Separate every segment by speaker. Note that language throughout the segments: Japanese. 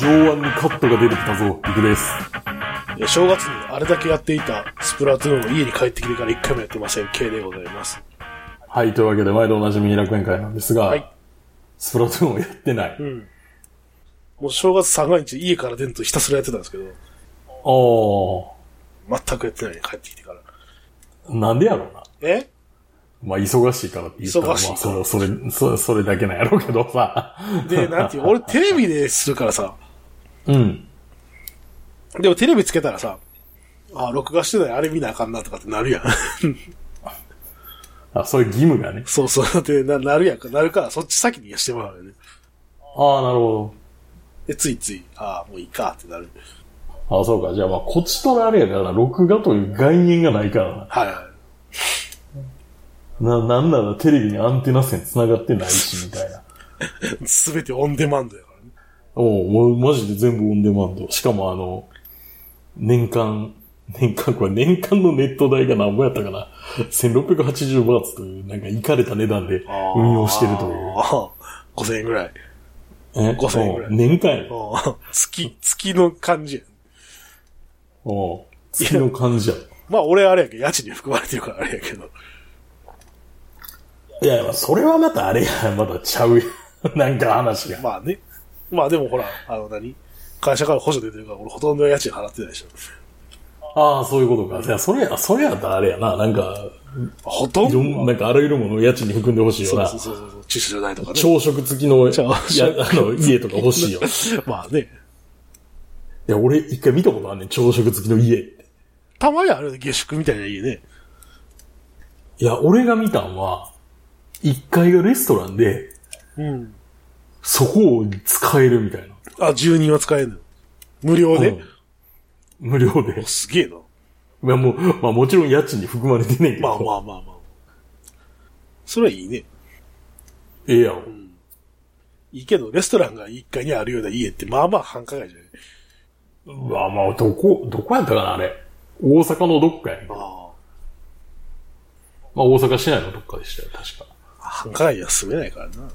Speaker 1: 上腕にカットが出てきたぞ。行くです。
Speaker 2: いや正月にあれだけやっていたスプラトゥーンを家に帰ってきてから一回もやってません。K でございます。
Speaker 1: はい、というわけで、毎度おなじみに楽園会なんですが、
Speaker 2: はい
Speaker 1: スプラトゥーンをやってない。
Speaker 2: もう正月三が日家から出るとひたすらやってたんですけど、
Speaker 1: お
Speaker 2: 全くやってないね、帰ってきてから。
Speaker 1: ー、なんでやろうな。
Speaker 2: え
Speaker 1: まあ、忙しいからって言ったら、ま
Speaker 2: 忙
Speaker 1: あ、
Speaker 2: しいから
Speaker 1: それ、それ、それ、それだけなんやろうけどさ。
Speaker 2: で、なんていう、俺テレビでするからさ、
Speaker 1: うん。
Speaker 2: でもテレビつけたらさ、あ、録画してない、あれ見なあかんなとかってなるやん。
Speaker 1: あ、そういう義務がね。
Speaker 2: そうそう、だってな、なるやんか、なるから、そっち先にしてもらうよね。
Speaker 1: ああ、なるほ
Speaker 2: で、ついつい、ああ、もういいかってなる。
Speaker 1: ど。ああ、そうか。じゃあ、まあ、こっちとらあれやから、録画という概念がないから
Speaker 2: はいはい。
Speaker 1: な。な、なんならテレビにアンテナ線繋がってないし、みたいな。
Speaker 2: すべてオンデマンドやからね。
Speaker 1: おうもう、マジで全部オンデマンド。しかもあの、年間、年間、これ年間のネット代が何ぼやったかな。1680バーツという、なんか、いかれた値段で運用してるという。
Speaker 2: ああ、5000円ぐらい。
Speaker 1: え
Speaker 2: 5000円ぐらい
Speaker 1: おう年間やね
Speaker 2: ああ、 月、月の感じやん。
Speaker 1: おう月の感じや。
Speaker 2: まあ俺あれやけど、家賃に含まれてるからあれやけど。
Speaker 1: いや、まあそれはまたあれや。まだちゃうやん。 なんか話が。
Speaker 2: まあね。まあでもほら、あの何会社から補助出てるから、俺ほとんど家賃払ってないでしょ。
Speaker 1: ああ、そういうことか。いや、それや、それやったらあれやな。なんか、
Speaker 2: ほとん
Speaker 1: い
Speaker 2: ど
Speaker 1: ろんなんかあらゆるものを家賃に含んでほしいよ
Speaker 2: そう
Speaker 1: な
Speaker 2: そ。うそうそう、駐車場代とかね。
Speaker 1: 朝食付きの、や
Speaker 2: 朝食
Speaker 1: あの、家とか欲しいよ。
Speaker 2: まあね。
Speaker 1: いや、俺一回見たことあんねん、朝食付きの家って。
Speaker 2: たまにあるよね、下宿みたいな家ね。
Speaker 1: いや、俺が見たんは、一階がレストランで、
Speaker 2: うん。
Speaker 1: そこを使えるみたいな。
Speaker 2: あ、住人は使えるのよ。無料で、
Speaker 1: うん無料で。い
Speaker 2: すげえな。
Speaker 1: や、もう、まあもちろん家賃に含まれてねえけど。
Speaker 2: まあまあまあまあ。それはいいね。
Speaker 1: ええやろ。
Speaker 2: いいけど、レストランが1階にあるような家って、まあまあ繁華街じゃない。
Speaker 1: うわ、まあ、どこ、どこやったかな、あれ。大阪のどっかやねんまあ
Speaker 2: あ
Speaker 1: 大阪市内のどっかでしたよ、確か。
Speaker 2: あ、繁華街には住めないからな。
Speaker 1: い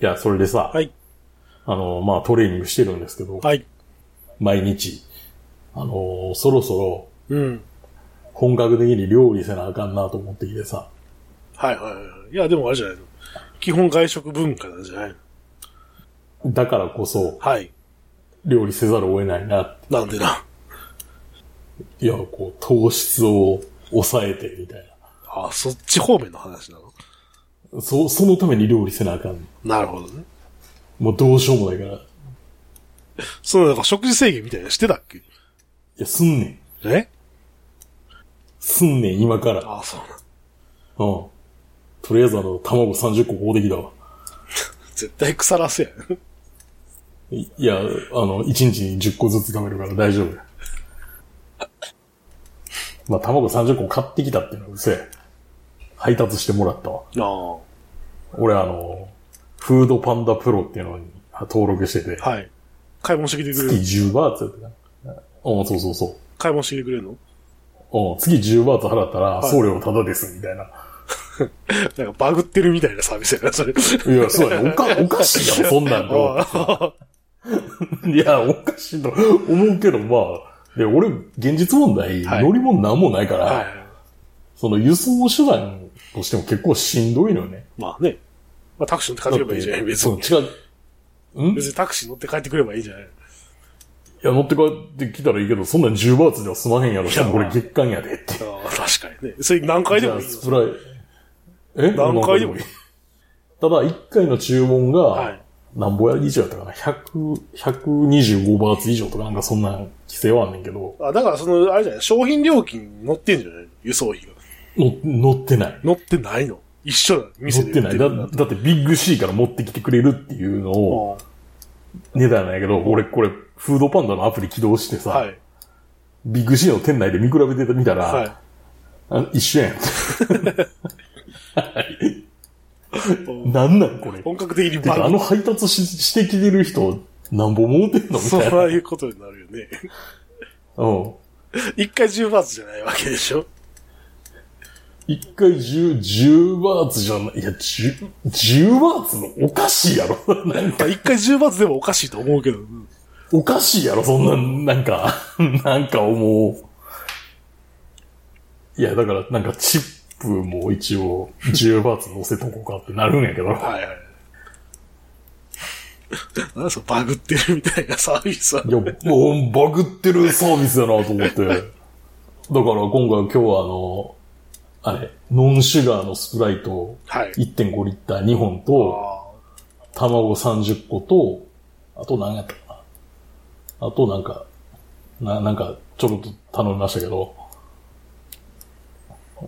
Speaker 1: や、それでさ、
Speaker 2: はい。
Speaker 1: あの、まあトレーニングしてるんですけど、
Speaker 2: はい。
Speaker 1: 毎日。あの、そろそろ
Speaker 2: うん。
Speaker 1: 本格的に料理せなあかんなと思ってきてさ。
Speaker 2: はいはいはい。いや、でもあれじゃないの。基本外食文化なんじゃないの
Speaker 1: だからこそ、
Speaker 2: はい。
Speaker 1: 料理せざるを得ないなっ
Speaker 2: なんでな。
Speaker 1: て。いや、こう、糖質を抑えて、みたい
Speaker 2: ああ、そっち方面の話なの
Speaker 1: な。そ、そのために料理せなあかん。
Speaker 2: なるほどね。
Speaker 1: もうどうしようもないから。い
Speaker 2: その、なんか食事制限みたいなのしてたっけ
Speaker 1: や、すんねん。
Speaker 2: え
Speaker 1: すんねん、今から。うん。
Speaker 2: ああ、そうなん。
Speaker 1: とりあえずあの、卵30個ここできたわ。
Speaker 2: 絶対腐らせやん。
Speaker 1: いいや、あの、1日に10個ずつ食べるから大丈夫や。まあ、卵30個買ってきたっていうのはうせえ。配達してもらったわ。
Speaker 2: あ
Speaker 1: 俺あの、フードパンダプロっていうのに登録してて。
Speaker 2: あ。はい。買い物してきてくれ
Speaker 1: 月
Speaker 2: る
Speaker 1: 10バーツやったかな。うん、そうそうそう。
Speaker 2: 買い物してきてくれるの
Speaker 1: うん、月10バーツ払ったら
Speaker 2: い
Speaker 1: 送料タダです、みたいな。
Speaker 2: なんかバグってるみたいなサービスやな、 それ。
Speaker 1: いや、そうやね。お か、おかしいやろ、そんなん
Speaker 2: あ
Speaker 1: と。
Speaker 2: あ
Speaker 1: いや、おかしいと思うけど、まあ、で、俺、現実問題、
Speaker 2: はい
Speaker 1: 乗り物なんもないから、
Speaker 2: はい。
Speaker 1: その輸送手段としても結構しんどいのよね。
Speaker 2: まあね。まあタクシー乗って帰ってくればいいじゃない、別に。
Speaker 1: そう違う。んい
Speaker 2: 別にタクシー乗って帰ってくればいいじゃない。
Speaker 1: や、乗って帰ってきたらいいけど、そんなん10バーツでは済まへんやろ。しかもこれ月間やでって。
Speaker 2: ああ、確かにね。それ何回で
Speaker 1: じゃあ、
Speaker 2: もいいよ
Speaker 1: ス。プライ、え
Speaker 2: 何回でもいい。
Speaker 1: ただ、1回の注文
Speaker 2: は
Speaker 1: が
Speaker 2: い、
Speaker 1: 何ぼや以上やったかな。100、125バーツ以上とかなんかそんな規制はあんねんけど、
Speaker 2: あ、だからその、あれじゃない、商品料金に乗ってんじゃないの輸送費が。
Speaker 1: の乗ってない。
Speaker 2: 乗ってないの一緒だ。
Speaker 1: 乗
Speaker 2: 店
Speaker 1: っ
Speaker 2: で
Speaker 1: てない。だ、
Speaker 2: るんだ
Speaker 1: だってビッグ C から持ってきてくれるっていうのを、
Speaker 2: あ
Speaker 1: 値段なんやけど、俺これ、フードパンダのアプリ起動して
Speaker 2: あ
Speaker 1: さ、
Speaker 2: はい。
Speaker 1: ビッグ C の店内で見比べてみたら、
Speaker 2: は
Speaker 1: あ一緒や ん。
Speaker 2: い。
Speaker 1: なんなんこれ。
Speaker 2: 本格的に
Speaker 1: てか、
Speaker 2: バ
Speaker 1: あ
Speaker 2: グ。
Speaker 1: の配達ししてきてる人、なんぼ儲けてんのみ
Speaker 2: そ
Speaker 1: たいな。
Speaker 2: ういうことになるよね。
Speaker 1: うん。
Speaker 2: 一回10バーツじゃないわけでしょ
Speaker 1: 一回10、10バーツじゃない、いや、10、10バーツのおかしいやろ。 なんか、
Speaker 2: まあ一回10バーツでもおかしいと思うけど、うん
Speaker 1: おかしいやろ、そんな、なんか、 なんか思う。いや、だから、なんかチップも一応、10バーツ乗せとこうかってなるんやけど。。
Speaker 2: はい はい。なんかバグってるみたいなサービスはい
Speaker 1: や、もうバグってるサービスだなと思って。だから今回今日はあの、あれ、ノンシュガーのスプライト
Speaker 2: はい。
Speaker 1: 1.5リッター2本と、
Speaker 2: あ
Speaker 1: 卵30個と、あと何やったかな。あとなんか、な、なんかちょろっと頼みましたけど、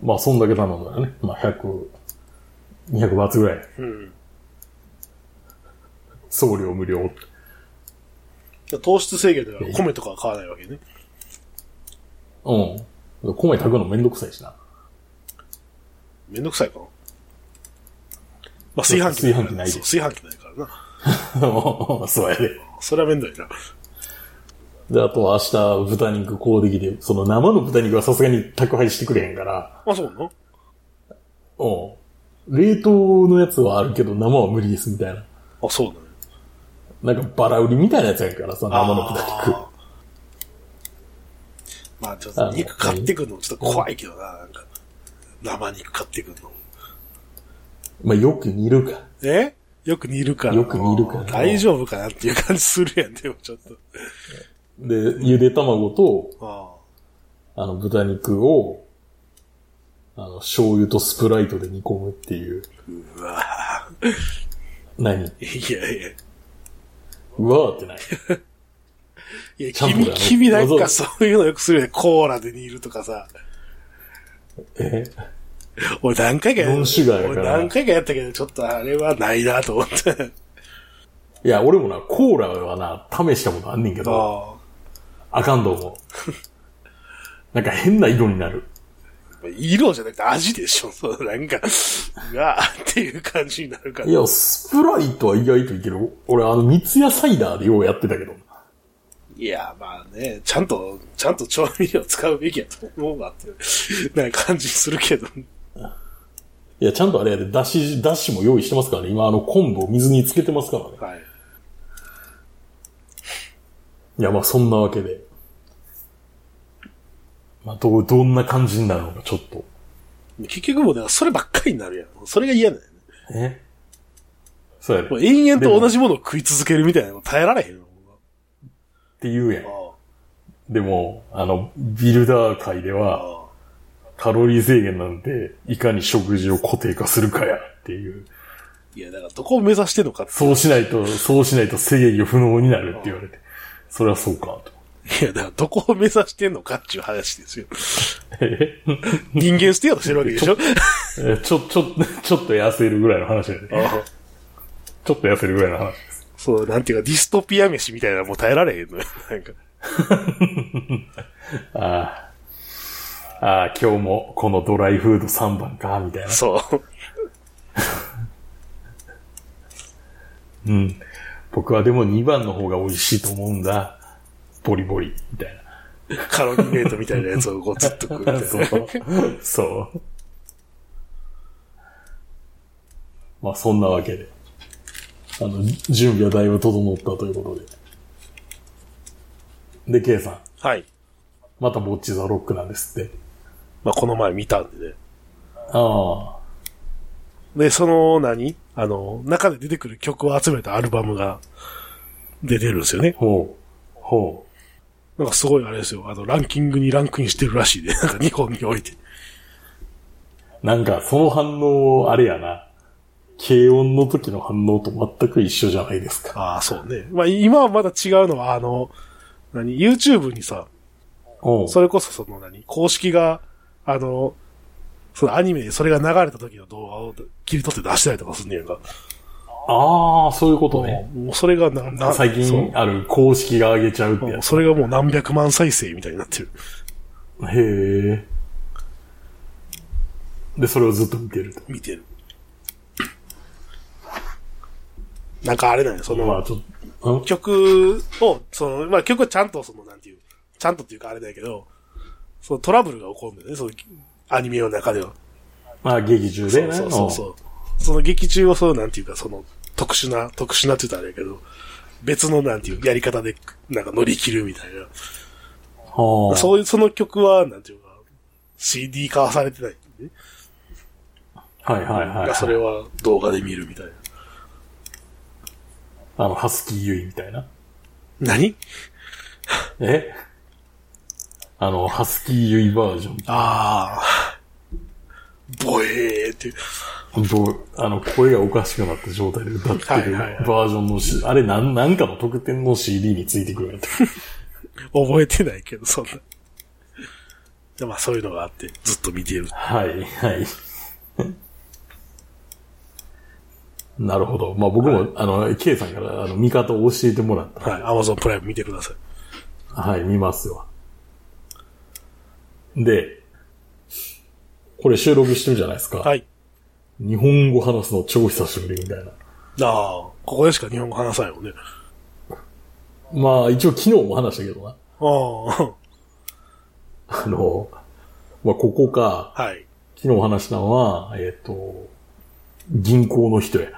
Speaker 1: まあそんだけ頼んだよね。まあ100、200バーツぐらい。
Speaker 2: ーうん。
Speaker 1: 送料無料。
Speaker 2: 糖質制限だから米とかは買わないわけね。
Speaker 1: うん。米炊くのめんどくさいしな。
Speaker 2: めんどくさいかな。まあ、炊飯器
Speaker 1: 炊飯器ないで
Speaker 2: そう炊飯器ないから な。
Speaker 1: そうやで。
Speaker 2: それはめんどいな。
Speaker 1: で、あとは明日豚肉こうできて、その生の豚肉はさすがに宅配してくれへんから、
Speaker 2: あ、そうなの
Speaker 1: うん。冷凍のやつはあるけど生は無理ですみたいな。
Speaker 2: あ、そうなの
Speaker 1: なんかバラ売りみたいなやつやからさ、生の豚肉。
Speaker 2: あーまあ、ちょっと肉買ってくんのちょっと怖いけどな、なんか。生肉買ってくんの。
Speaker 1: まあよく煮るか。
Speaker 2: えよく煮るから。
Speaker 1: よく煮るから
Speaker 2: 大丈夫かなっていう感じするやん、でもちょっと。
Speaker 1: で、ゆで卵と、
Speaker 2: あ
Speaker 1: あの豚肉を、あの醤油とスプライトで煮込むっていう。
Speaker 2: あうわ
Speaker 1: 何
Speaker 2: ーいやいや。
Speaker 1: うわーってない。
Speaker 2: いや、
Speaker 1: ちゃんと
Speaker 2: 君、
Speaker 1: だね
Speaker 2: 君なん
Speaker 1: わざ
Speaker 2: かそういうのよくするよね。コーラで煮るとかさ。
Speaker 1: え
Speaker 2: 俺何回かや
Speaker 1: ノンシュガーやから
Speaker 2: 俺何回かやったけど、ちょっとあれはないなと思って。
Speaker 1: いや、俺もな、コーラはな、試したことあんねんけど、
Speaker 2: あ
Speaker 1: あかんと思う。なんか変な色になる。
Speaker 2: あ。色じゃなくて味でしょ。 そう、なんか、うわーっていう感じになるから。
Speaker 1: いや、スプライトは意外といける。俺、あの、三ツ矢サイダーでようやってたけど。
Speaker 2: いや、まあね、ちゃんと、ちゃんと調味料使うべきやと思うわっていう、なんか感じするけど。
Speaker 1: いや、ちゃんとあれやで、だし、だしも用意してますからね。今、あの、昆布を水につけてますからね。
Speaker 2: はい。
Speaker 1: いや、まあ、そんなわけで。まあ、どう、どんな感じになるのか、ちょっと。
Speaker 2: 結局もう、だからそればっかりになるやん。それが嫌だよ
Speaker 1: え
Speaker 2: ね。
Speaker 1: そうやで。
Speaker 2: も
Speaker 1: っ
Speaker 2: う延々と同じものを食い続けるみたいなの耐えられへんよ。
Speaker 1: て言うやん
Speaker 2: あ。
Speaker 1: でも、あの、ビルダー界で
Speaker 2: あ
Speaker 1: は、
Speaker 2: ああ。
Speaker 1: カロリー制限なんて、いかに食事を固定化するかや、っていう。
Speaker 2: いや、だからどこを目指してんのかって
Speaker 1: そうしないと、そうしないと制御不能になるって言われて。それはそうか、と。
Speaker 2: いや、だからどこを目指してんのかっていう話ですよ。
Speaker 1: え
Speaker 2: 人間捨てようとしてるわけでしょ
Speaker 1: えちょ、ちょ、ちょっと痩せるぐらいの話だよね。
Speaker 2: ああ
Speaker 1: ちょっと痩せるぐらいの話です。
Speaker 2: そう、なんていうか、ディストピア飯みたいなのもう耐えられへんのよ。なんか。
Speaker 1: ああ。ああ、今日もこのドライフード3番か、みたいな。
Speaker 2: そう。
Speaker 1: うん。僕はでも2番の方が美味しいと思うんだ。ボリボリ、みたい
Speaker 2: カロリーメイトみたいなやつをこうずっと食うみたい
Speaker 1: な。
Speaker 2: な。
Speaker 1: そう。そう。まあ、そんなわけで。あの、準備はだいぶ整ったということで。で、K さん。
Speaker 2: はい。
Speaker 1: またボッチザロックなんですって。
Speaker 2: まあ、この前見たんでね。
Speaker 1: ああ。
Speaker 2: で、その何、あの、中で出てくる曲を集めたアルバムが出てるんですよね。
Speaker 1: ほう。ほ
Speaker 2: なんかすごいあれですよ。あの、ランキングにランクインしてるらしいで、 なんか日本において。
Speaker 1: う。なんか、その反応、あれやな。軽音の時の反応と全く一緒じゃないですか。
Speaker 2: ああ、そうね。まあ、今はまだ違うのは、あの、何 ?YouTube にさ、
Speaker 1: おう
Speaker 2: それこそその何公式が、あの、そのアニメでそれが流れた時の動画を切り取って出したりとかすんねやんか。
Speaker 1: ああ、そういうことね。
Speaker 2: もうそれがな、な
Speaker 1: 最
Speaker 2: そう
Speaker 1: 近ある公式が上げちゃうって
Speaker 2: も
Speaker 1: や
Speaker 2: う
Speaker 1: つ。
Speaker 2: それがもう何百万再生みたいになってる。
Speaker 1: へえ。で、それをずっと見てると。
Speaker 2: 見てる。なんかあれなんや、その、
Speaker 1: まあ、ちょっと、ん
Speaker 2: 曲を、その、まあ曲はちゃんとその、なんていう、ちゃんとっていうかあれだけど、そのトラブルが起こるんだよね、そのアニメの中では。
Speaker 1: あ、劇中でね。
Speaker 2: そうそうそう。その劇中をそう、なんていうか、その、特殊な、特殊なって言ったらあれやけど、別のなんていう、やり方で、なんか乗り切るみたいな。
Speaker 1: うんはあ。
Speaker 2: そういう、その曲は、なんていうか、CD 化はされてないんでね、
Speaker 1: はいはいはい、
Speaker 2: それは動画で見るみたいな。
Speaker 1: あの、ハスキーユイみたいな。
Speaker 2: 何
Speaker 1: えあの、ハスキーユイバージョン。
Speaker 2: ああ。ボエーって。
Speaker 1: どう、あの、声がおかしくなった状態で歌ってる
Speaker 2: はいはいはい
Speaker 1: バージョンのし、あれなん、なんかの特典の CD についてくるやつ。
Speaker 2: 覚えてないけど、そんな。でまあそういうのがあって、ずっと見て る。
Speaker 1: はい、はい。なるほど。まあ僕も、あの、K さんから、あの、見方を教えてもらった。
Speaker 2: はい。Amazon プライム見てください。
Speaker 1: はい、見ますわ。で、これ収録してるじゃないですか。
Speaker 2: はい。
Speaker 1: 日本語話すの超久しぶりみたいな。
Speaker 2: ああ、ここでしか日本語話さないもんね。
Speaker 1: まあ、一応昨日も話したけどな。
Speaker 2: あ
Speaker 1: あの、まあ、ここか、
Speaker 2: あ、はい。
Speaker 1: 昨日話したのは、えっ、と、銀行の 人や。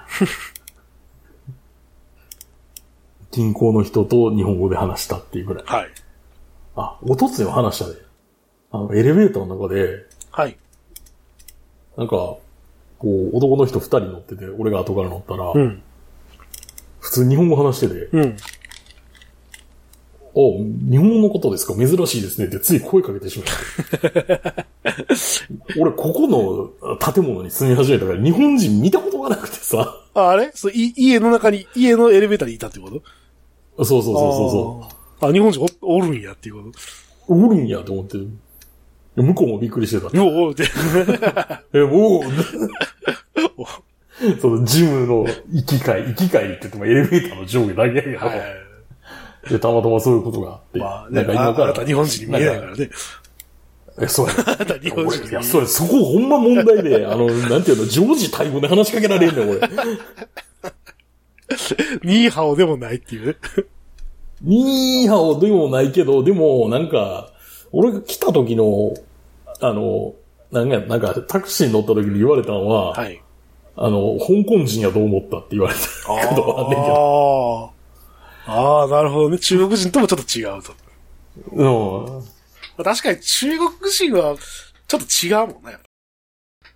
Speaker 1: 銀行の人と日本語で話したっていうぐらい。
Speaker 2: はい。
Speaker 1: あ、おとついも話したね。あの、エレベーターの中で、
Speaker 2: はい。
Speaker 1: なんか、こう、男の人二人乗ってて、俺が後から乗ったら、
Speaker 2: うん。
Speaker 1: 普通に日本語話してて、
Speaker 2: うん。
Speaker 1: お、日本語のことですか珍しいですねってつい声かけてしまって。俺、ここの建物に住み始めたから日本人見たことがなくてさ。
Speaker 2: ああれそうい家の中に、家のエレベーターにいたってこと。
Speaker 1: そうそうそうそう
Speaker 2: あ、日本人おおるんやっていうこと。
Speaker 1: うそう。おるんやと思って。向こうもびっくりしてた。
Speaker 2: おおって。
Speaker 1: え、もう、そのジムの行き帰り、行き帰りって言ってもエレベーターの上下だけやけど、
Speaker 2: はい。
Speaker 1: で、たまたまそういうことがあって。
Speaker 2: まあ、
Speaker 1: なん
Speaker 2: ね、
Speaker 1: か
Speaker 2: あ
Speaker 1: 今
Speaker 2: あ
Speaker 1: から。
Speaker 2: なた日本人に見えな いからね。
Speaker 1: え、そうや。
Speaker 2: あなた日本人に
Speaker 1: い
Speaker 2: 見えな
Speaker 1: や、
Speaker 2: い。
Speaker 1: それ、そこほんま問題で、あの、なんていうの、常時タイ語で話しかけられんねん、俺。
Speaker 2: ニーハオでもないっていうね。
Speaker 1: ニーハオでもないけど、でも、なんか、俺が来た時の、あの、なんか、なんか、タクシーに乗った時に言われたのは、
Speaker 2: はい。
Speaker 1: あの、香港人やと思ったって言われたことはあんねんけど。
Speaker 2: ああ。ああ、なるほどね。中国人ともちょっと違うと。
Speaker 1: うん。
Speaker 2: まあ確かに中国人はちょっと違うもんね。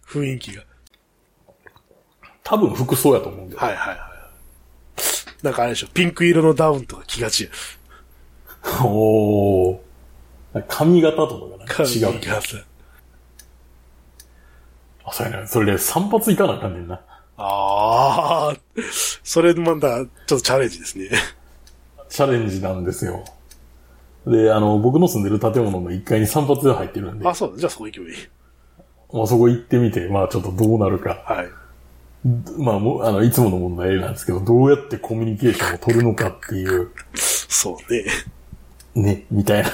Speaker 2: 雰囲気が。
Speaker 1: 多分服装やと思うんだよ。
Speaker 2: はいはいはい。なんかあれでしょ、ピンク色のダウンとか着がちや。
Speaker 1: おー髪型とかがなんか違う。
Speaker 2: がち。
Speaker 1: あ、そうやね。それで散髪行かなあかんねんな。
Speaker 2: ああ、それまた、ちょっとチャレンジですね。
Speaker 1: チャレンジなんですよ。で、あの、僕の住んでる建物の1階に散髪が入ってるんで、ま
Speaker 2: あ、
Speaker 1: あ
Speaker 2: そうだ、じゃあそこ行けばいい。
Speaker 1: そこ行ってみて、まあちょっとどうなるか。
Speaker 2: はい。
Speaker 1: まあもう、あの、いつもの問題なんですけど、どうやってコミュニケーションを取るのかっていう、
Speaker 2: そうね。
Speaker 1: ね、みたいな。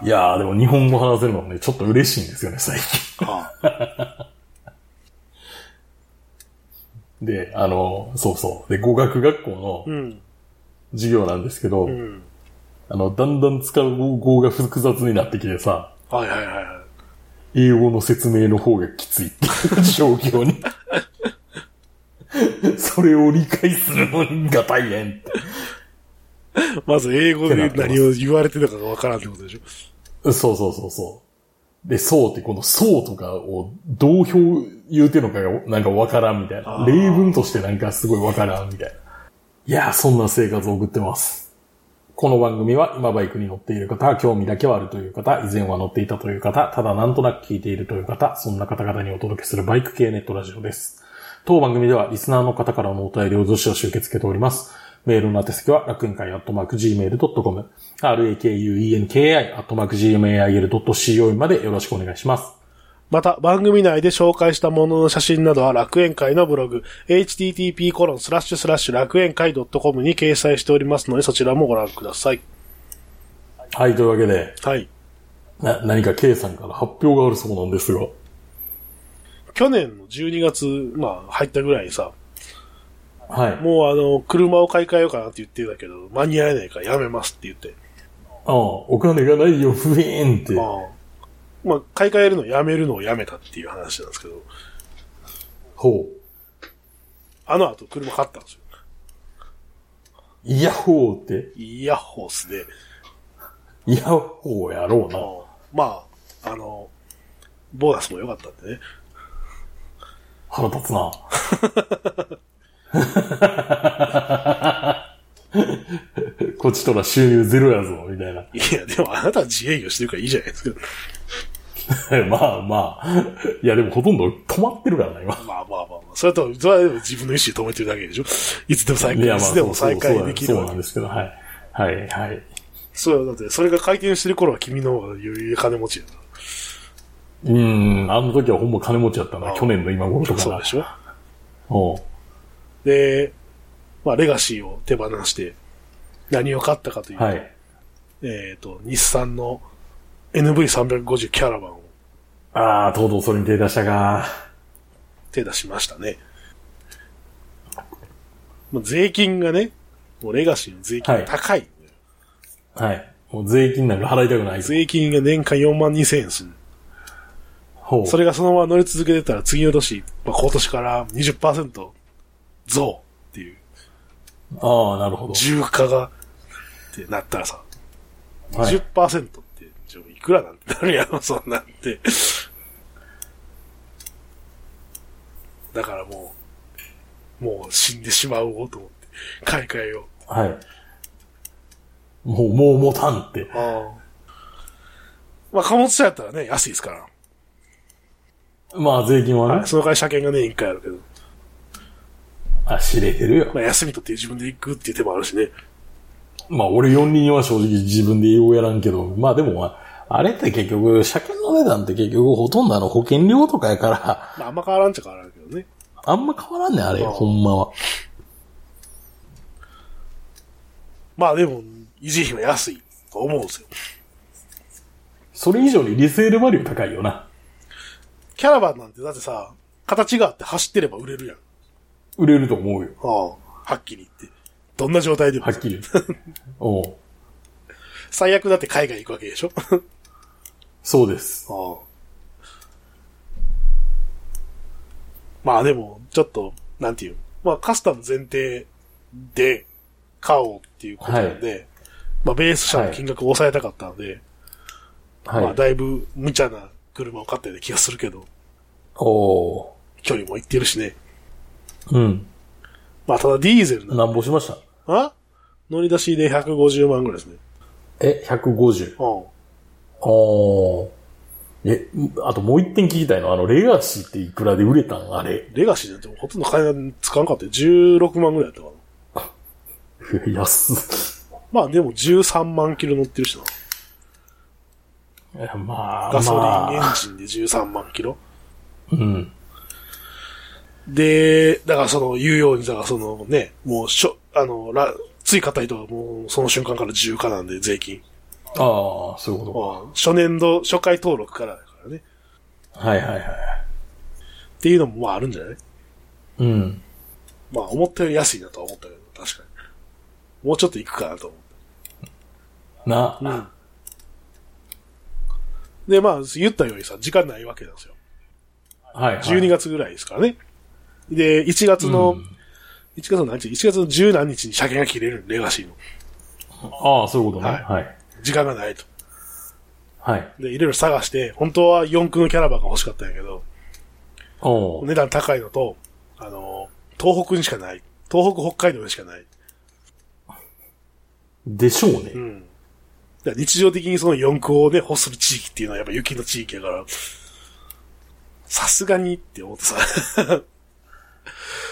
Speaker 1: いやー、でも日本語話せるのもね、ちょっと嬉しいんですよね、最近。
Speaker 2: あ
Speaker 1: で、あの、そうそう。で、語学学校の
Speaker 2: うん。
Speaker 1: 授業なんですけど、
Speaker 2: うん。
Speaker 1: あの、だんだん使う語が複雑になってきてさ、
Speaker 2: はいはいはいはい。
Speaker 1: 英語の説明の方がきついっていう 状況に。それを理解するのが大変って。
Speaker 2: まず英語で何を言われてるのかがわからんってことでしょ。
Speaker 1: そうそうそうそう。で、そうって、このそうとかをどう表言うてんのかがなんかわからんみたいな。
Speaker 2: ー
Speaker 1: 例文としてなんかすごいわからんみたいな。いやー、そんな生活を送ってます。この番組は今バイクに乗っている方、興味だけはあるという方、以前は乗っていたという方、ただなんとなく聞いているという方、そんな方々にお届けするバイク系ネットラジオです。当番組ではリスナーの方からのお便りをどしどし受け付けております。メールの宛先は楽園会アットマーク Gmail.com、rakuenki アットマーク Gmail.co までよろしくお願いします。
Speaker 2: また、番組内で紹介したものの写真などは楽園会のブログ、http コロンスラッシュスラッシュ楽園会 .com に掲載しておりますので、そちらもご覧ください。
Speaker 1: はい、というわけで、
Speaker 2: はい。
Speaker 1: な、何か K さんから発表があるそうなんですが。
Speaker 2: 去年の12月、まあ、入ったぐらいにさ、
Speaker 1: はい。
Speaker 2: もうあの、車を買い替えようかなって言ってたけど、間に合えないからやめますって言って。
Speaker 1: ああ、お金がないよ、ふえーんって。
Speaker 2: ああ。まあ、買い替えるのをやめるのをやめたっていう話なんですけど、
Speaker 1: ほう。
Speaker 2: あの後車買ったんですよ。
Speaker 1: イヤホーって、
Speaker 2: イヤホースで、
Speaker 1: イヤホーやろうな。
Speaker 2: まあ、あの、ボーナスも良かったんでね。
Speaker 1: 腹立つな。 こっちとら収入ゼロやぞ、みたいな。
Speaker 2: いや、でもあなたは自営業してるからいいじゃないですか。
Speaker 1: まあまあ。いや、でもほとんど止まってるからな、今。
Speaker 2: まあまあまあまあ、それと、それはでも自分の意思で止めてるだけでしょ。いつでも再
Speaker 1: い
Speaker 2: 開、
Speaker 1: や、
Speaker 2: い
Speaker 1: まあ、
Speaker 2: つでも
Speaker 1: そう
Speaker 2: 再
Speaker 1: そうそう
Speaker 2: 開
Speaker 1: なん
Speaker 2: でき
Speaker 1: そ
Speaker 2: る
Speaker 1: う
Speaker 2: わ
Speaker 1: なん
Speaker 2: け
Speaker 1: ですけど、はい。はい、はい。
Speaker 2: そうだって、それが回転してる頃は君の方が余裕で金持ちだか
Speaker 1: うーん、あの時はほんま金持ちやった
Speaker 2: あ
Speaker 1: な。
Speaker 2: あ
Speaker 1: 去年の今頃と
Speaker 2: ら。
Speaker 1: か
Speaker 2: そう
Speaker 1: な
Speaker 2: で。しょ。
Speaker 1: おう
Speaker 2: で、まあ、レガシーを手放して、何を買ったかというと、
Speaker 1: はい。
Speaker 2: えっ、と、日産の NV350 キャラバンを
Speaker 1: ああ、とうとうそれに手出したか。
Speaker 2: 手出しましたね。まあ、税金がね、もうレガシーの税金が高い。
Speaker 1: はい。もう税金なんか払いたくない。
Speaker 2: 税金が年間4万2千円する。
Speaker 1: ほう。
Speaker 2: それがそのまま乗り続けてたら次の年、まあ、今年から20%増っていう、
Speaker 1: ああ、なるほど。
Speaker 2: 重化がってなったらさ、
Speaker 1: はい
Speaker 2: 20%って、じゃあいくらなんてなるやろ、 そんなんて。だからもう、もう死んでしまおうと思って、買い替えよ
Speaker 1: はい。もう、もう持たんって。
Speaker 2: う。あまあ、貨物車やったらね、安いですから。
Speaker 1: まあ、税金はね、
Speaker 2: その代わり車検がね、一回あるけど。
Speaker 1: あ、知れてるよ。
Speaker 2: まあ、休み取って自分で行くっていう手もあるしね。
Speaker 1: まあ、俺4輪は正直自分でようやらんけど、まあでも、ああれって結局、車検の値段って結局ほとんどあの保険料とかやから、
Speaker 2: まあ、あんま変わらんちゃ変わらんけどね。
Speaker 1: あんま変わらんねん、あれ、
Speaker 2: ああ
Speaker 1: ほんまは。
Speaker 2: まあでも、維持費は安いと思うんですよ。
Speaker 1: それ以上にリセールバリュー高いよな。
Speaker 2: キャラバンなんてだってさ、形があって走ってれば売れるやん。
Speaker 1: 売れると思うよ。
Speaker 2: ああはっきり言って。どんな状態でも
Speaker 1: は。っきり。 おう
Speaker 2: 最悪だって海外行くわけでしょ
Speaker 1: そうです。
Speaker 2: あまあでも、ちょっと、なんていう。まあカスタム前提で買おうっていうことなんで、まあベース車の金額を抑えたかったので、
Speaker 1: はい。
Speaker 2: まあだいぶ無茶な車を買ったような気がするけど、
Speaker 1: おう
Speaker 2: 距離も行ってるしね。
Speaker 1: うん。
Speaker 2: まあただディーゼルな
Speaker 1: なんぼしました
Speaker 2: あ乗り出しで150万ぐらいですね。
Speaker 1: え、150。
Speaker 2: うん。
Speaker 1: おー。え、あともう一点聞きたいのは、あの、レガシーっていくらで売れたんあれ。
Speaker 2: レガシーなんてほとんど金使わなかったよ。16万ぐらいだったかな。
Speaker 1: 安
Speaker 2: まあでも13万キロ乗ってるしな。
Speaker 1: っ。いやまあ、
Speaker 2: ガソリンエ
Speaker 1: まあ、
Speaker 2: ンジンで13万キロ。
Speaker 1: うん。
Speaker 2: で、だからその、言うように、だからそのね、もうしょ、あの、ら、つい買った人はもうその瞬間から重化なんで、税金。
Speaker 1: ああ、そういうこ
Speaker 2: まあ初年度、初回登録からだからね。
Speaker 1: とか。はいはいはい。
Speaker 2: っていうのもまああるんじゃない
Speaker 1: うん。
Speaker 2: まあ思ったより安いなとは思ったけど、確かに。もうちょっと行くかなと思っ
Speaker 1: な、
Speaker 2: た。うん。で、まあ、言ったようにさ、時間ないわけなんですよ。
Speaker 1: はい、はい。
Speaker 2: 12月ぐらいですからね。で、1月の、
Speaker 1: うん
Speaker 2: 1月の何日 ?1 月の十何日に車検が切れる、レガシーの。
Speaker 1: ああ、そういうことね。
Speaker 2: はい
Speaker 1: はい。
Speaker 2: 時間がないと。
Speaker 1: はい。
Speaker 2: で、いろいろ探して、本当は四駆のキャラバンが欲しかったんやけど、
Speaker 1: おー
Speaker 2: 値段高いのと、あの、東北にしかない。東北、北海道にしかない。
Speaker 1: でしょうね。
Speaker 2: うん。だから日常的にその四駆をね、欲する地域っていうのはやっぱ雪の地域やから、さすがにって思ってさ、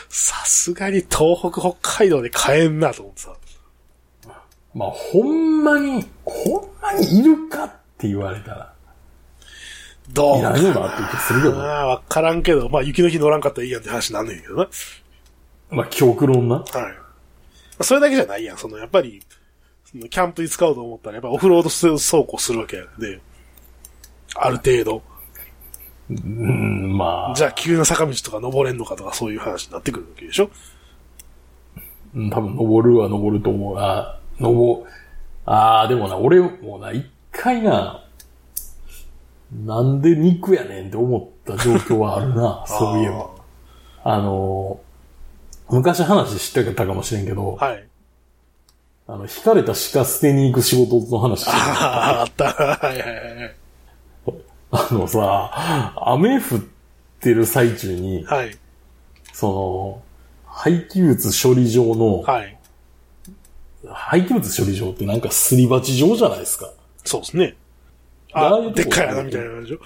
Speaker 2: さすがに東北、北海道で買えんなと思ってさ、
Speaker 1: まあ、ほんまに、ほんまにいるかって言われたら、
Speaker 2: どう
Speaker 1: いらんよなって気するけど。
Speaker 2: ああ、わからんけど、まあ雪の日乗らんかったらいいやんって話になんねんけどな。はい。
Speaker 1: まあ、極論な。
Speaker 2: まあそれだけじゃないやん。その、やっぱり、そのキャンプに使おうと思ったら、やっぱオフロード走行するわけやんで、ある程度。
Speaker 1: うん、まあ、
Speaker 2: じゃあ急な坂道とか登れんのかとかそういう話になってくるわけでしょ
Speaker 1: うん多分登るは登ると思う。あー、登、ああ、でもな、俺もな、一回な、なんで肉やねんって思った状況はある な、そういえば。あのー、昔話知ってたかもしれんけど、
Speaker 2: はい。
Speaker 1: あの、引かれた鹿捨てに行く仕事の話してた
Speaker 2: ああ、あった。はいはいはいはい。
Speaker 1: あのさ、雨降ってる最中に、
Speaker 2: はい。
Speaker 1: その、廃棄物処理場の、
Speaker 2: はい。
Speaker 1: 廃棄物処理場ってなんかすり鉢状じゃないですか。
Speaker 2: そうですね。
Speaker 1: ああ
Speaker 2: あ
Speaker 1: いうとこ
Speaker 2: でっかい穴みたいなのでしょ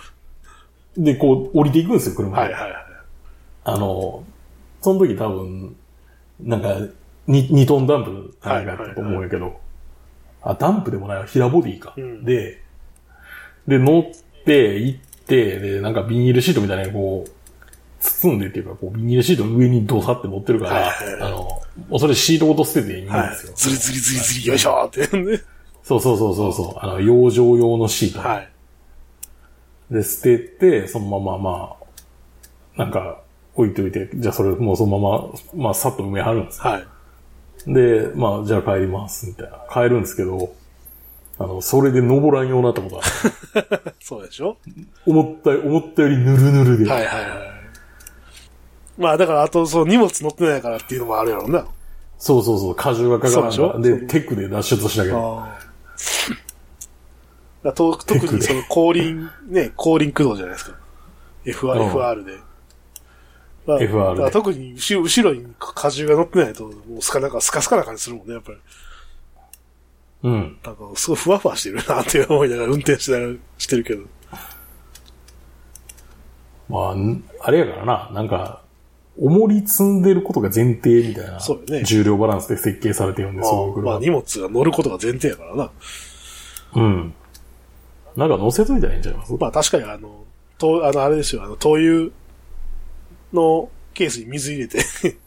Speaker 1: で、こう、降りていくんですよ、車が。
Speaker 2: はいはいはい。
Speaker 1: あの、その時多分、なんか、に2トンダンプなんかやったと思うんやけど、あ、ダンプでもないわ、平ボディか、
Speaker 2: うん
Speaker 1: で、で、乗って、行って、で、なんかビニールシートみたいなのにこう、包んでっていうか、こう、ビニールシートの上にドサって乗ってるから、
Speaker 2: はいはいはい
Speaker 1: あの、もうそれシートごと捨てていいんですよ。
Speaker 2: はい。ずりずりずりずり、よいしょーってね。
Speaker 1: そうそうそうそうそう、あの、養生用のシート。
Speaker 2: はい。
Speaker 1: で、捨てて、そのまままあ、なんか、置いといて、じゃあそれもうそのまま、まあ、さっと埋めはるんですよ
Speaker 2: はい。
Speaker 1: で、まあ、じゃあ帰ります、みたいな。帰るんですけど、あの、それで登らんようになったことある。
Speaker 2: そうでしょ
Speaker 1: 思った、思ったよりぬるぬるで。
Speaker 2: はいはいはい。まあだから、あと、そう、荷物乗ってないからっていうのもあるやろうな。
Speaker 1: そうそうそう、荷重がかからん
Speaker 2: そう
Speaker 1: か
Speaker 2: でし
Speaker 1: ら
Speaker 2: ょ
Speaker 1: で、テックで脱出したけど。
Speaker 2: ああ。だと特にその後輪、ね、後輪駆動じゃないですか。
Speaker 1: うん
Speaker 2: FR, FR で。まあ
Speaker 1: FR で
Speaker 2: だから特に後ろ後ろに荷重が乗ってないと、もうスカなんかスカスカな感じするもんね、やっぱり。
Speaker 1: うん。
Speaker 2: なんか、すごいふわふわしてるなって思いながら運転しながらしてるけど。
Speaker 1: まあ、んあれやからな、なんか、重り積んでることが前提みたいな
Speaker 2: そうよね、
Speaker 1: 重量バランスで設計されてるんで、そういう
Speaker 2: あ
Speaker 1: 車
Speaker 2: あまあ。荷物が乗ることが前提やからな。
Speaker 1: うん。なんか乗せといたらいいんちゃいます
Speaker 2: まあ確かにあの、と、あの、あれですよ、あの、灯油のケースに水入れて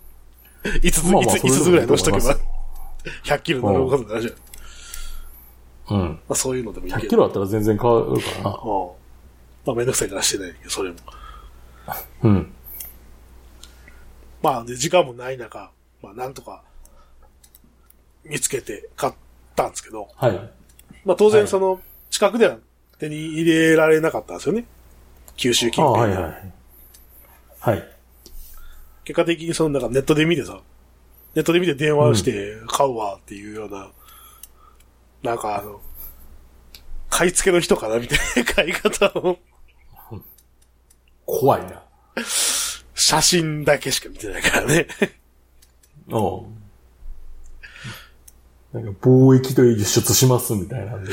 Speaker 2: 5つ、
Speaker 1: まあまあ
Speaker 2: 5つ、5つぐらい乗しとけ
Speaker 1: それ
Speaker 2: ば
Speaker 1: でもいいと、
Speaker 2: 100キロ乗ることになるじゃん。
Speaker 1: う
Speaker 2: ま
Speaker 1: ん。
Speaker 2: あそういうのでもいいけ
Speaker 1: 100
Speaker 2: ど。
Speaker 1: キロあったら全然変わるからな。
Speaker 2: うんまあめんどくさいからしてないけど、それも。
Speaker 1: うん。
Speaker 2: まあで、時間もない中、まあなんとか、見つけて買ったんですけど、
Speaker 1: はい。
Speaker 2: まあ当然
Speaker 1: はい
Speaker 2: その、近くでは手に入れられなかったんですよね。九州
Speaker 1: あ
Speaker 2: 近
Speaker 1: あ、
Speaker 2: 辺
Speaker 1: は
Speaker 2: で
Speaker 1: いはい。はい。
Speaker 2: 結果的にそのなんかネットで見てさ、ネットで見て電話して買うわっていうような、なんかあの、買い付けの人かなみたいな買い方を、
Speaker 1: 怖いな。
Speaker 2: 写真だけしか見てないからね。
Speaker 1: うん。なんか、貿易と輸出しますみたい なんで、